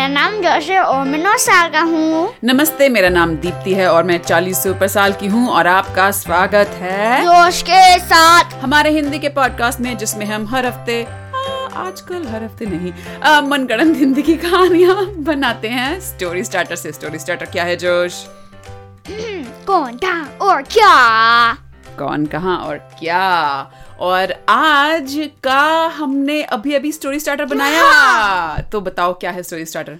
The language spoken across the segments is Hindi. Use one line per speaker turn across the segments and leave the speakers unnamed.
वर्ष और मैं नौ साल का हूँ
नमस्ते मेरा नाम दीप्ति है और मैं चालीस से ऊपर साल की हूँ और आपका स्वागत है
जोश के साथ
हमारे हिंदी के पॉडकास्ट में जिसमें हम हर हफ्ते आ, आजकल हर हफ्ते नहीं आ, मनगढ़ंत हिंदी की कहानियाँ बनाते हैं स्टोरी स्टार्टर से स्टोरी स्टार्टर क्या है जोश
कौन था और क्या
कौन कहाँ और क्या और आज का हमने अभी अभी स्टोरी स्टार्टर बनाया तो बताओ क्या है स्टोरी स्टार्टर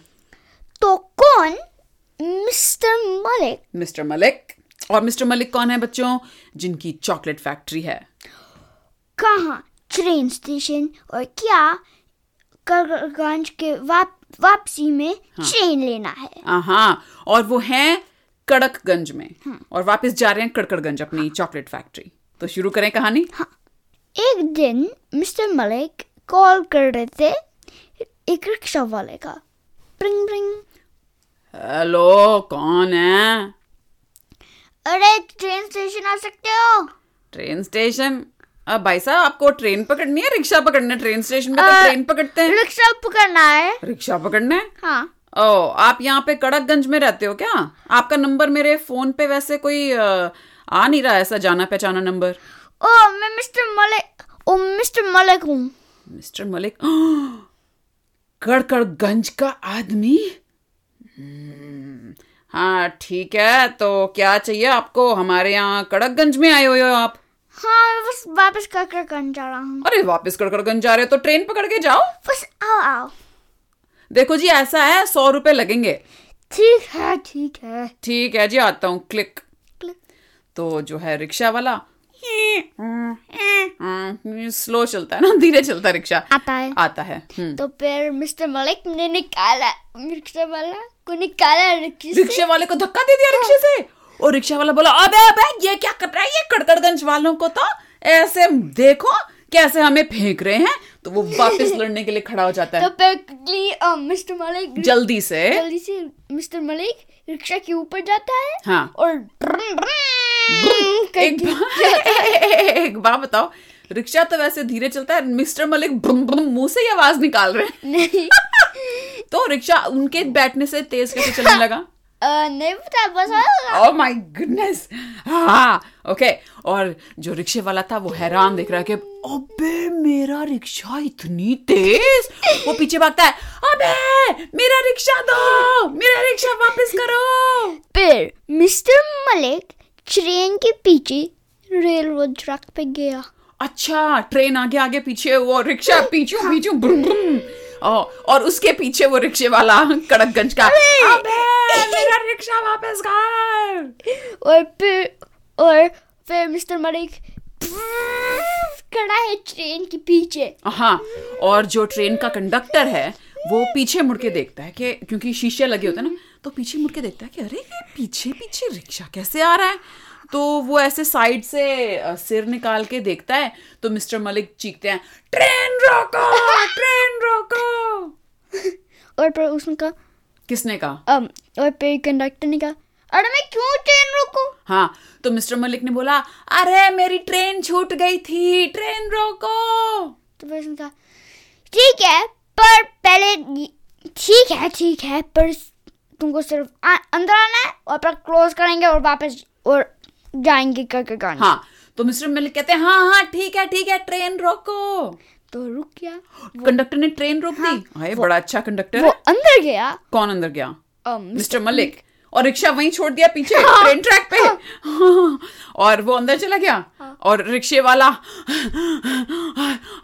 तो कौन मिस्टर मलिक
मिस्टर मलिक और मिस्टर मलिक कौन है बच्चों जिनकी चॉकलेट फैक्ट्री है
कहाँ ट्रेन स्टेशन और क्या करगंज के वाप, वापसी में ट्रेन लेना है
हाँ और वो हैं कड़कगंज में और वापस जा रहे हैं कड़कड़गंज अपनी चॉकलेट फैक्ट्री तो शुरू करें कहानी
एक दिन मिस्टर मलिक कॉल कर रहे थे एक रिक्शा वाले का प्रिंग प्रिंग
हेलो कौन है
अरे ट्रेन स्टेशन आ सकते हो
ट्रेन स्टेशन अब भाई साहब आपको ट्रेन पकड़नी है रिक्शा पकड़ना है ट्रेन स्टेशन पे तो
अ,
ट्रेन पकड़ते हैं
रिक्शा पकड़ना है
रिक्शा पकड़ना है
हाँ
ओ आप यहाँ पे कड़कगंज में रहते हो क्या आपका नंबर मेरे फोन पे वैसे कोई अ, आ नहीं रहा है ऐसा जाना पहचाना नंबर
ओ मैं मिस्टर मलिक ओ मिस्टर मलिक हूँ
मिस्टर मलिक कड़कड़गंज का आदमी हम्म, हाँ ठीक है तो क्या चाहिए आपको हमारे यहाँ कड़कगंज में आए हुए हो आप
हाँ मैं बस वापस कर कर कर जा रहा हूँ
अरे वापस कड़कड़गंज जा रहे हो तो ट्रेन पकड़ के जाओ
बस आओ आओ
देखो जी ऐसा है सौ रुपए लगेंगे
ठीक है ठीक है
ठीक है जी आता हूँ क्लिक
क्लिक।
तो जो है रिक्शा वाला
Eh,
हम्म, स्लो चलता है ना धीरे चलता है रिक्शा
आता है
आता है हम्म।
तो फिर मिस्टर मलिक ने निकाला रिक्शा वाला को निकाला रिक्शा से। हाँ।
रिक्शे वाले को धक्का दे दिया रिक्शे से और रिक्शा वाला बोला अबे अबे ये क्या कर रहा है ये कड़कड़गंज वालों को तो ऐसे देखो कैसे हमें फेंक रहे हैं तो वो वापस लड़ने के लिए खड़ा हो जाता
तो
है
फिर quickly, अ, मिस्टर मलिक
जल्दी से
जल्दी से मिस्टर मलिक रिक्शा के ऊपर जाता है
हाँ
और ड्रम, ड्रम
एक
करके-
बार एक बार बताओ रिक्शा तो वैसे धीरे चलता है मिस्टर मलिक ब्रुम ब्रुम मुंह से ही आवाज निकाल रहे हैं
नहीं
तो रिक्शा उनके बैठने से तेज कैसे चलने
हाँ।
लगा
अ, नहीं पता बस हाँ,
ओह माय गुडनेस Oh हाँ ओके और जो रिक्शे वाला था वो हैरान देख रहा है कि अबे मेरा रिक्शा इतनी तेज वो पीछे भागता है अबे मेरा रिक्शा दो मेरा रिक्शा वापस करो
फिर मिस्टर मलिक ट्रेन के पीछे रेलवे ट्रैक पे गया
अच्छा ट्रेन आगे आगे पीछे वो रिक्शा पीछे पीछे ब्रुम ब्रुम ओ, और उसके पीछे वो रिक्शे वाला कड़कगंज का अबे मेरा रिक्शा वापस कर
और फिर और फिर मिस्टर मलिक खड़ा है ट्रेन के पीछे
हाँ और जो ट्रेन का कंडक्टर है वो पीछे मुड़ के देखता है कि क्योंकि शीशे लगे होते हैं ना तो पीछे मुड़ के देखता है कि अरे ये पीछे पीछे रिक्शा कैसे आ रहा है तो वो ऐसे साइड से अ, सिर निकाल के देखता है तो मिस्टर मलिक चीखते हैं ट्रेन रोको ट्रेन रोको
और फिर उसने कहा
किसने कहा
अम, और फिर कंडक्टर ने कहा अरे मैं क्यों ट्रेन रोकूं
हाँ तो मिस्टर मलिक ने बोला अरे मेरी ट्रेन छूट गई थी ट्रेन रोको
तो फिर उसने कहा ठीक है पर पहले ठीक है ठीक है पर तुमको सिर्फ आ, अंदर आना है और पर क्लोज करेंगे और वापस और जाएंगे करके गाने
हाँ तो मिस्टर मलिक कहते हैं हाँ हाँ ठीक है ठीक है ट्रेन रोको
तो रुक गया
कंडक्टर ने ट्रेन रोक दी हाय बड़ा अच्छा कंडक्टर
वो
है
अंदर गया um,
कौन अंदर गया
अम,
मिस्टर हाँ। मलिक और रिक्शा वहीं छोड़ दिया पीछे ट्रेन ट्रैक पे हाँ। और वो अंदर चला गया और रिक्शे वाला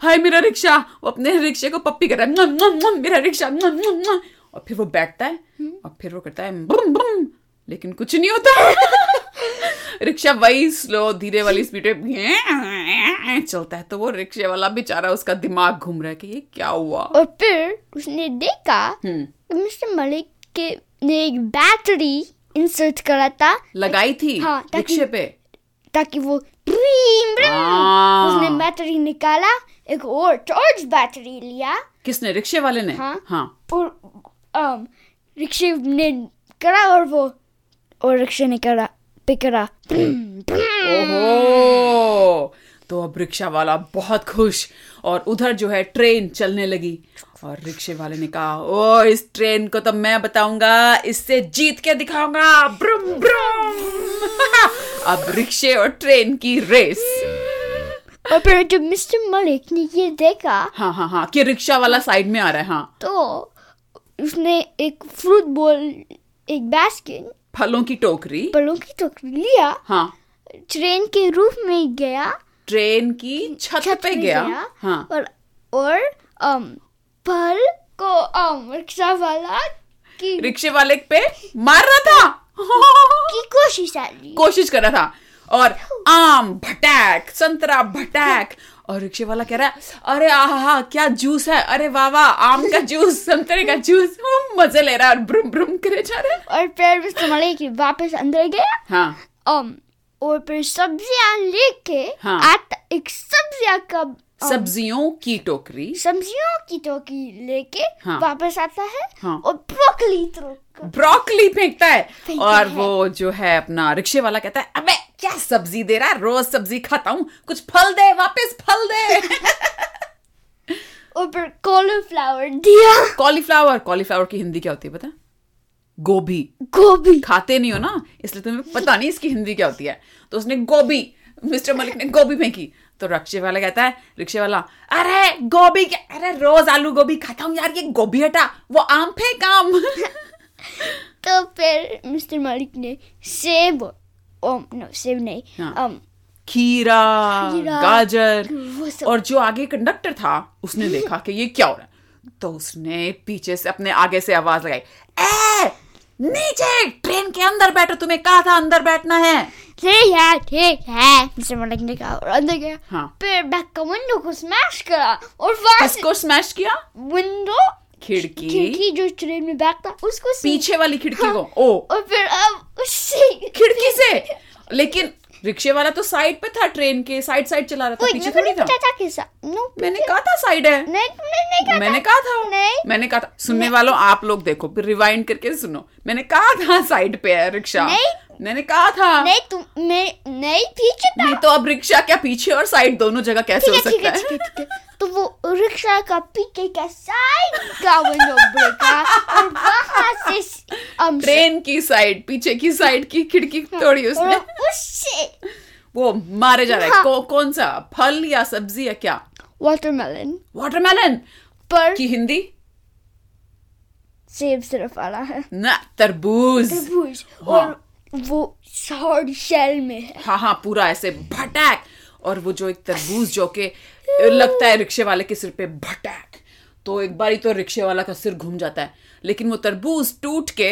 हाय मेरा रिक्शा वो अपने रिक्शे को पप्पी कर रहा है "मुआ, मुआ, मुआ, मेरा रिक्शा मुआ, मुआ, मुआ।" और फिर वो बैठता है और फिर वो करता है बुम बुम लेकिन कुछ नहीं होता रिक्शा वही स्लो धीरे वाली स्पीड पे चलता है तो वो रिक्शे वाला बेचारा उसका दिमाग घूम रहा है कि ये क्या हुआ
और फिर उसने देखा
हम्म
कि मिस्टर मलिक के ने एक बैटरी इंसर्ट करा था
लगाई थी
हाँ, ताकि-
रिक्शे पे हाँ।
ताकि वो ब्रीम, ब्रीम।
आ।
उसने बैटरी निकाला एक और चार्ज बैटरी लिया
किसने रिक्शे वाले ने
हाँ।
हाँ
और अम, रिक्शे ने करा और वो और रिक्शे ने करा पिकरा
ओहो तो तो अब रिक्शा वाला बहुत खुश और उधर जो है ट्रेन चलने लगी और रिक्शे वाले ने कहा ओ इस ट्रेन को तो मैं बताऊंगा इससे जीत के दिखाऊंगा ब्रुम ब्रुम अब रिक्शे और ट्रेन की रेस
और फिर जब मिस्टर मलिक ने ये देखा
हाँ हाँ हाँ कि रिक्शा वाला साइड में आ रहा है हाँ
तो उसने एक फ्रूट बॉल एक बास्केट
फलों की टोकरी
पलों की टोकरी लिया
हाँ
ट्रेन के रूफ में गया
ट्रेन की छत,
छत
पे
में
गया, हाँ
और और अम, फल को अम, रिक्शा वाला की,
रिक्शे वाले पे मार रहा था
की कोशिश आ रही
कोशिश कर रहा था और आम भटैक संतरा भटैक और रिक्शे वाला कह रहा है अरे आहा क्या जूस है अरे वाह वाह आम का जूस संतरे का जूस हम मजे ले रहा है और ब्रुम ब्रुम करे जा रहा है
और फिर मिस्टर मलिक वापस अंदर गया
हाँ
अम, और फिर सब्जियां लेके
हाँ।
आटा एक सब्जियां का अम,
सब्जियों की टोकरी
सब्जियों की टोकरी लेके
हाँ।
वापस आता है
हाँ।
और ब्रोकली तो
ब्रोकली फेंकता है
फेंकता
और
है।
वो जो है अपना रिक्शे वाला कहता है अबे क्या सब्जी दे रहा है रोज सब्जी खाता हूँ कुछ फल दे वापस फल दे
और फिर कॉलीफ्लावर दिया
कॉलीफ्लावर कॉलीफ्लावर की हिंदी क्या होती है पता है? गोभी
गोभी
खाते नहीं हो ना इसलिए तुम्हें पता नहीं इसकी हिंदी क्या होती है तो उसने गोभी मिस्टर मलिक ने गोभी फेंकी तो रिक्शे वाला कहता है रिक्शे वाला अरे गोभी क्या अरे रोज आलू गोभी खाता हूँ यार ये गोभी हटा वो आम फेंक आम
तो फिर मिस्टर मलिक ने सेब ओम नो सेब नहीं
हाँ।
um,
खीरा
खीरा,
गाजर
वो सब।
और जो आगे कंडक्टर था उसने देखा कि ये क्या हो रहा है तो उसने पीछे से अपने आगे से आवाज लगाई ए नीचे ट्रेन के अंदर बैठो तुम्हें कहा था अंदर बैठना है
ठीक है ठीक है मिस्टर मलिक ने कहा और अंदर गया
हाँ।
फिर बैक का विंडो को स्मैश करा और वहां से
किसको स्मैश किया
विंडो
खिड़की।
खिड़की जो ट्रेन में बैक था उसको से-
पीछे वाली खिड़की
हाँ।
को ओ
और फिर अब उससे
खिड़की से लेकिन रिक्शे वाला तो साइड पे था ट्रेन के साइड साइड चला रहा था
कोई
पीछे
मेरे को
थोड़ी
नहीं
तो था
पता था कैसा नो
मैंने कहा था साइड है
नहीं तुमने नहीं कहा
मैंने
था।
कहा था
नहीं
मैंने कहा था सुनने वालों आप लोग देखो फिर रिवाइंड करके सुनो मैंने कहा था साइड पे है रिक्शा
नहीं।
मैंने कहा था
नहीं तुम मैं नहीं पीछे था
नहीं तो अब रिक्शा क्या पीछे और साइड दोनों जगह कैसे
ठीक
हो
है ठीक
सकता
है
है
ठीक है ठीक है तो वो रिक्शा का पीछे का साइड का विंडो ब्रेका और वहां से um,
ट्रेन की साइड पीछे की साइड की खिड़की
हाँ।
तोड़ी उसने
और उससे
वो मारे जा रहा है
हाँ।
कौ, कौन सा फल या सब्जी या क्या
वाटरमेलन
वाटरमेलन
पर
की हिंदी
सेब सिर्फ आ रहा है
ना तरबूज
तरबूज
हाँ।
और वो हार्ड शेल में है
हाँ हाँ पूरा ऐसे भटक और वो जो एक तरबूज जो के लगता है रिक्शे वाले के सिर पे भटक तो एक बारी तो रिक्शे वाला का सिर घूम जाता है लेकिन वो तरबूज टूट के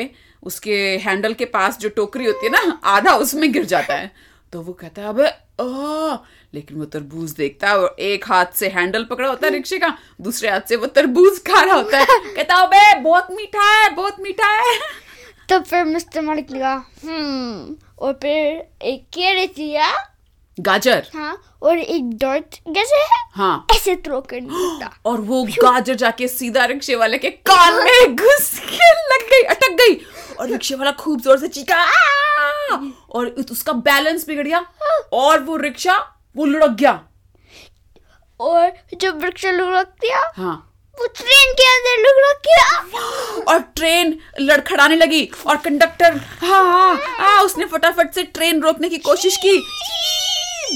उसके हैंडल के पास जो टोकरी होती है ना आधा उसमें गिर जाता है तो वो कहता है अबे ओ लेकिन वो तरबूज देखता है और एक हाथ से हैंडल पकड़ा होता है रिक्शे का दूसरे हाथ से वो तरबूज खा रहा होता है कहता है अबे बहुत मीठा है बहुत मीठा है
तो फिर मिस्टर मलिक ने कहा हम्म और फिर एक कैरेट लिया
गाजर
हाँ और एक डॉट जैसे है
हाँ
ऐसे थ्रो करने का
और वो गाजर जाके सीधा रिक्शे वाले के कान में घुस के लग गई अटक गई और रिक्शे वाला खूब जोर से चीखा "आ!" और उत- उसका बैलेंस बिगड़ गया और वो रिक्शा वो लुढ़क गया
और जब रिक्शा लुढ़क दिया
हाँ
वो ट्रेन के अंदर लुढ़क गया
और ट्रेन लड़खड़ाने लगी और कंडक्टर हाँ हाँ हाँ उसने फटाफट से ट्रेन रोकने की कोशिश की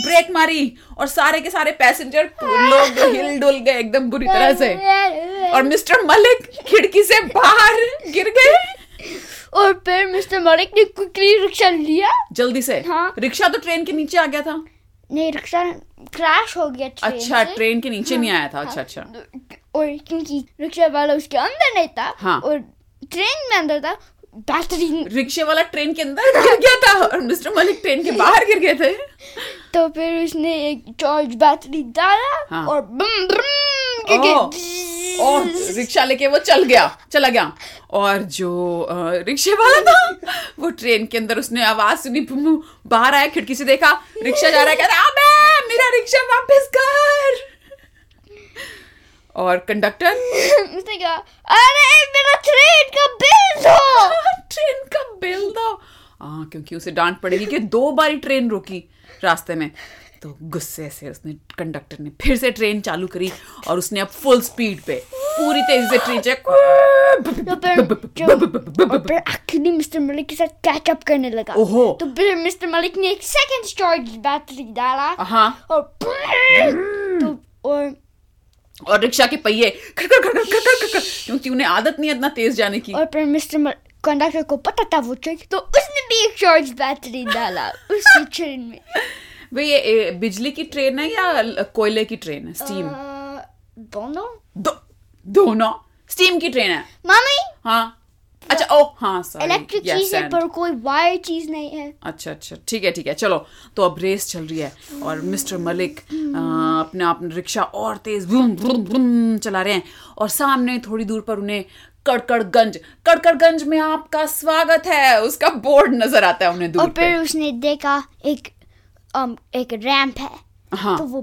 ब्रेक मारी और सारे के सारे पैसेंजर लोग हिल डुल गए एकदम बुरी तरह से और मिस्टर मलिक खिड़की से बाहर गिर गए
और फिर मिस्टर मलिक ने क्विकली रिक्शा लिया
जल्दी से
हाँ।
रिक्शा तो ट्रेन के नीचे आ गया था
नहीं रिक्शा क्रैश हो गया ट्रेन
अच्छा
से। हाँ,
ट्रेन के नीचे नहीं आया था अच्छा अच्छा
और क्योंकि रिक्शा वाला उसके अंदर नहीं था
हाँ।
और ट्रेन में अंदर था बैटरी
रिक्शे वाला ट्रेन के अंदर गिर गया था और मिस्टर मलिक ट्रेन के बाहर गिर गए थे
तो फिर उसने एक चार्ज बैटरी डाला
हाँ।
और बम बम
ओह, और रिक्शा लेके वो चल गया चला गया और जो अ, रिक्शे वाला था वो ट्रेन के अंदर उसने आवाज सुनी भुम्म, बाहर आया खिड़की से देखा रिक्शा जा रहा है कहता अबे मेरा रिक्शा वापस कर और कंडक्टर
उसने कहा अरे मेरा ट्रेन का बिल दो
ट्रेन का बिल दो हाँ क्योंकि उसे डांट पड़ेगी कि दो बारी ट्रेन रुकी रास्ते में तो गुस्से से उसने कंडक्टर ने फिर से ट्रेन चालू करी और उसने अब फुल स्पीड पे पूरी तेजी से ट्रेन
तो फिर जो- और
चेक
फिर आखिरी मिस्टर मलिक के साथ कैचअप करने लगा
ओहो।
तो फिर मिस्टर मलिक ने एक सेकंड चार्ज बैटरी डाला
हाँ
और तो और
और रिक्शा के पहिए खड़खड़ खड़खड़ खड़खड़ खड़खड़ क्योंकि उन्हें आदत नहीं है इतना तेज जाने की
और फिर मिस्टर कंडक्टर को पता था वो ट्रिक तो उसने भी एक चार्ज बैटरी डाला उसी ट्रेन में
वे ये ए, बिजली की ट्रेन है या ल- कोयले की ट्रेन है स्टीम
अ, दोनों
दो दोनों स्टीम की ट्रेन है
मम्मी
हाँ अच्छा ओ हाँ सॉरी
इलेक्ट्रिक
yes,
चीज है
and-
पर कोई वायर चीज नहीं है
अच्छा अच्छा ठीक है ठीक है चलो तो अब रेस चल रही है और मिस्टर मलिक आ, अपना अपना रिक्शा और तेज वुम वुम वुम चला रहे हैं और सामने थोड़ी दूर पर उन्हें कड़कड़गंज कड़कड़गंज में आपका स्वागत है उसका बोर्ड नजर आता है उन्हें दूर
और
पे
फिर उसने देखा एक अम, एक रैंप है
हाँ
तो वो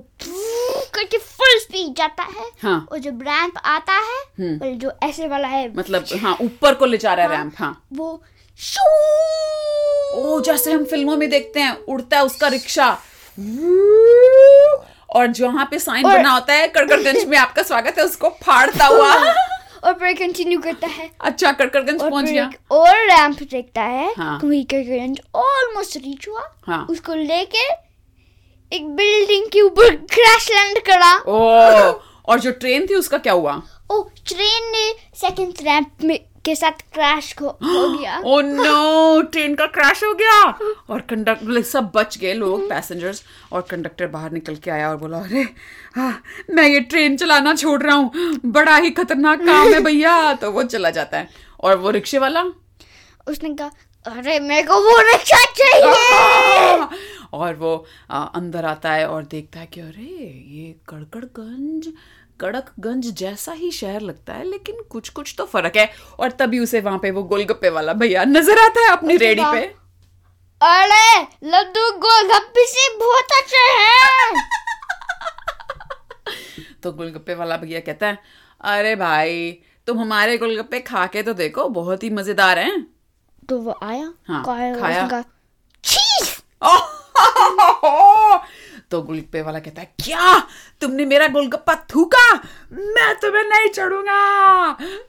करके फुल स्पीड जाता है
हाँ।
और जब रैंप आता है और जो ऐसे वाला है
मतलब हाँ ऊपर को ले जा रहा है रैंप हाँ
वो शू
ओ जैसे हम फिल्मों में देखते हैं उड़ता है उसका रिक्शा और जहाँ पे साइन
और-
बना होता है कड़कड़गंज में आपका स्वागत है उसको फाड़ता हुआ
और फिर कंटिन्यू करता है
अच्छा कड़कड़गंज
और
पहुंच
फिर
गया
एक और रैंप देखता है
हाँ।
क्योंकि करंज ऑलमोस्ट रीच हुआ
हाँ।
उसको लेके एक बिल्डिंग के ऊपर क्रैश लैंड करा
ओ और जो ट्रेन थी उसका क्या हुआ
ओ ट्रेन ने सेकंड रैंप में के साथ क्रैश हो हो गया
ओ नो Oh ट्रेन का क्रैश हो गया और कंडक्टर सब बच गए लोग पैसेंजर्स और कंडक्टर बाहर निकल के आया और बोला अरे हाँ, मैं ये ट्रेन चलाना छोड़ रहा हूँ बड़ा ही खतरनाक काम है भैया तो वो चला जाता है और वो रिक्शे वाला
उसने कहा अरे मेरे को वो रिक्शा चाहिए
और वो आ, अंदर आता है और देखता है कि अरे ये कड़कड़गंज कड़कगंज जैसा ही शहर लगता है लेकिन कुछ कुछ तो फर्क है और तभी उसे वहां पे वो गोलगप्पे वाला भैया नजर आता है अपनी
उसके
रेडी
बाद-
पे
अरे लड्डू गोलगप्पे से बहुत अच्छे हैं
तो गोलगप्पे वाला भैया कहता है अरे भाई तुम हमारे गोलगप्पे खा के तो देखो बहुत ही मजेदार हैं
तो वो आया
हाँ,
खाया,
खाया।
उसने कहा चीज
ओह! तो गोलगप्पे वाला कहता है क्या तुमने मेरा गोलगप्पा थूका मैं तुम्हें नहीं चढ़ूंगा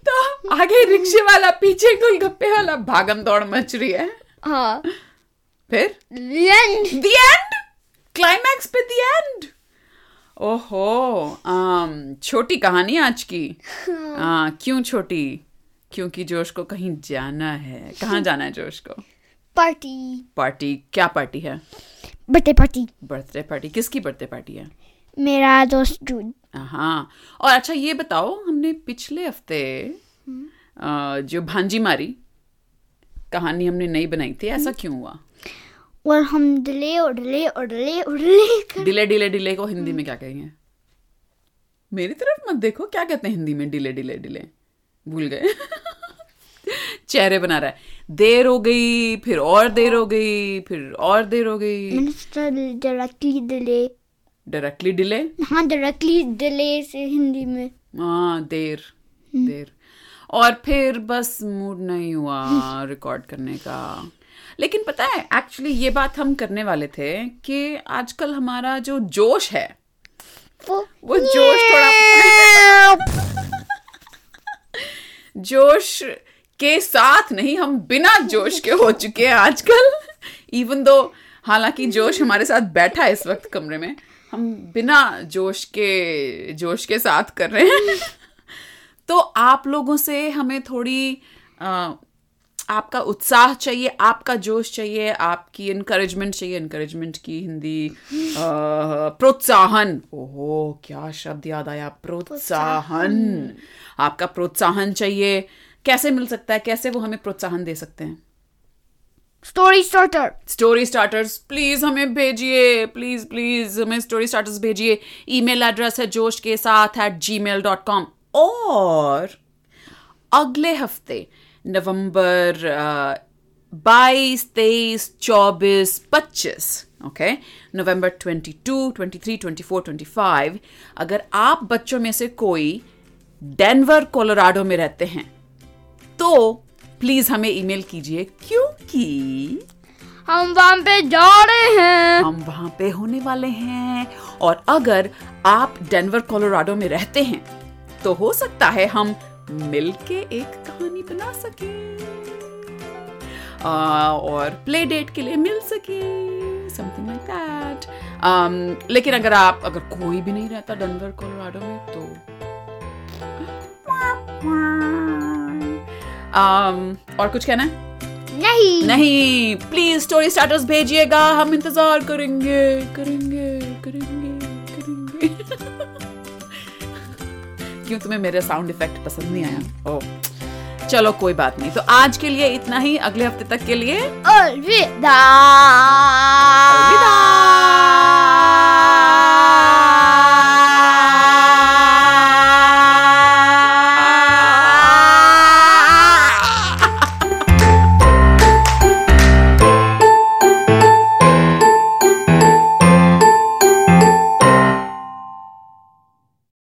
तो आगे रिक्शे वाला पीछे गोलगप्पे वाला भागम दौड़ मच रही है
हाँ
फिर
एंड
the end क्लाइमैक्स पे the end ओहो um, छोटी कहानी आज की हाँ क्यों छोटी क्योंकि जोश को कहीं जाना है कहाँ जाना है जोश को
पार्टी
पार्टी क्या पार्टी है
बर्थडे पार्टी
बर्थडे पार्टी किसकी बर्थडे पार्टी है
मेरा दोस्त जून
हाँ और अच्छा ये बताओ हमने पिछले हफ्ते अ, जो भांजी मारी कहानी हमने नहीं बनाई थी ऐसा क्यों हुआ
और हम डले और डले और डले और डले कर
डिले डिले डिले को हिंदी में क्या कहेंगे मेरी तरफ मत देखो क्या कहते हैं हिंदी में डिले डिले डिले भूल गए चेहरे बना रहा है देर हो गई फिर और देर हो गई फिर और देर हो गई
मैंने डायरेक्टली डले
डायरेक्टली डिले
हाँ डायरेक्टली डले से हिंदी में
हाँ देर देर और फिर बस मूड नहीं हुआ रिकॉर्ड करने का लेकिन पता है एक्चुअली ये बात हम करने वाले थे कि आजकल हमारा जो जोश है
वो
वो जोश थोड़ा जोश के साथ नहीं हम बिना जोश के हो चुके हैं आजकल इवन दो हालांकि जोश हमारे साथ बैठा है इस वक्त कमरे में हम बिना जोश के जोश के साथ कर रहे हैं तो आप लोगों से हमें थोड़ी अ, आपका उत्साह चाहिए आपका जोश चाहिए आपकी इनकरेजमेंट चाहिए इनकरेजमेंट की हिंदी अ, प्रोत्साहन ओहो क्या शब्द याद आया प्रोत्साहन आपका प्रोत्साहन चाहिए कैसे मिल सकता है कैसे वो हमें प्रोत्साहन दे सकते हैं
story starter
story starters please हमें भेजिए प्लीज प्लीज हमें स्टोरी स्टार्टर्स भेजिए ईमेल एड्रेस है जोश के साथ at gmail dot com और अगले हफ्ते नवंबर बाईस तेईस चौबीस पच्चीस okay November twenty two twenty three twenty four twenty five अगर आप बच्चों में से कोई डेनवर कोलोराडो में रहते हैं तो प्लीज हमें ईमेल कीजिए क्योंकि
हम वहाँ पे जा रहे हैं
हम वहां पे होने वाले हैं और अगर आप डेनवर कोलोराडो में रहते हैं तो हो सकता है हम मिलके एक कहानी बना सके और प्ले डेट के लिए मिल सके समथिंग लाइक दैट Um, लेकिन अगर आप अगर कोई भी नहीं रहता डेनवर कोलोराडो में तो um, और कुछ कहना है
नहीं
नहीं प्लीज स्टोरी स्टार्टर्स भेजिएगा हम इंतजार करेंगे करेंगे करेंगे करेंगे क्यों तुम्हें मेरा साउंड इफेक्ट पसंद नहीं आया ओ चलो कोई बात नहीं तो आज के लिए इतना ही अगले हफ्ते तक के लिए
अलविदा
अलविदा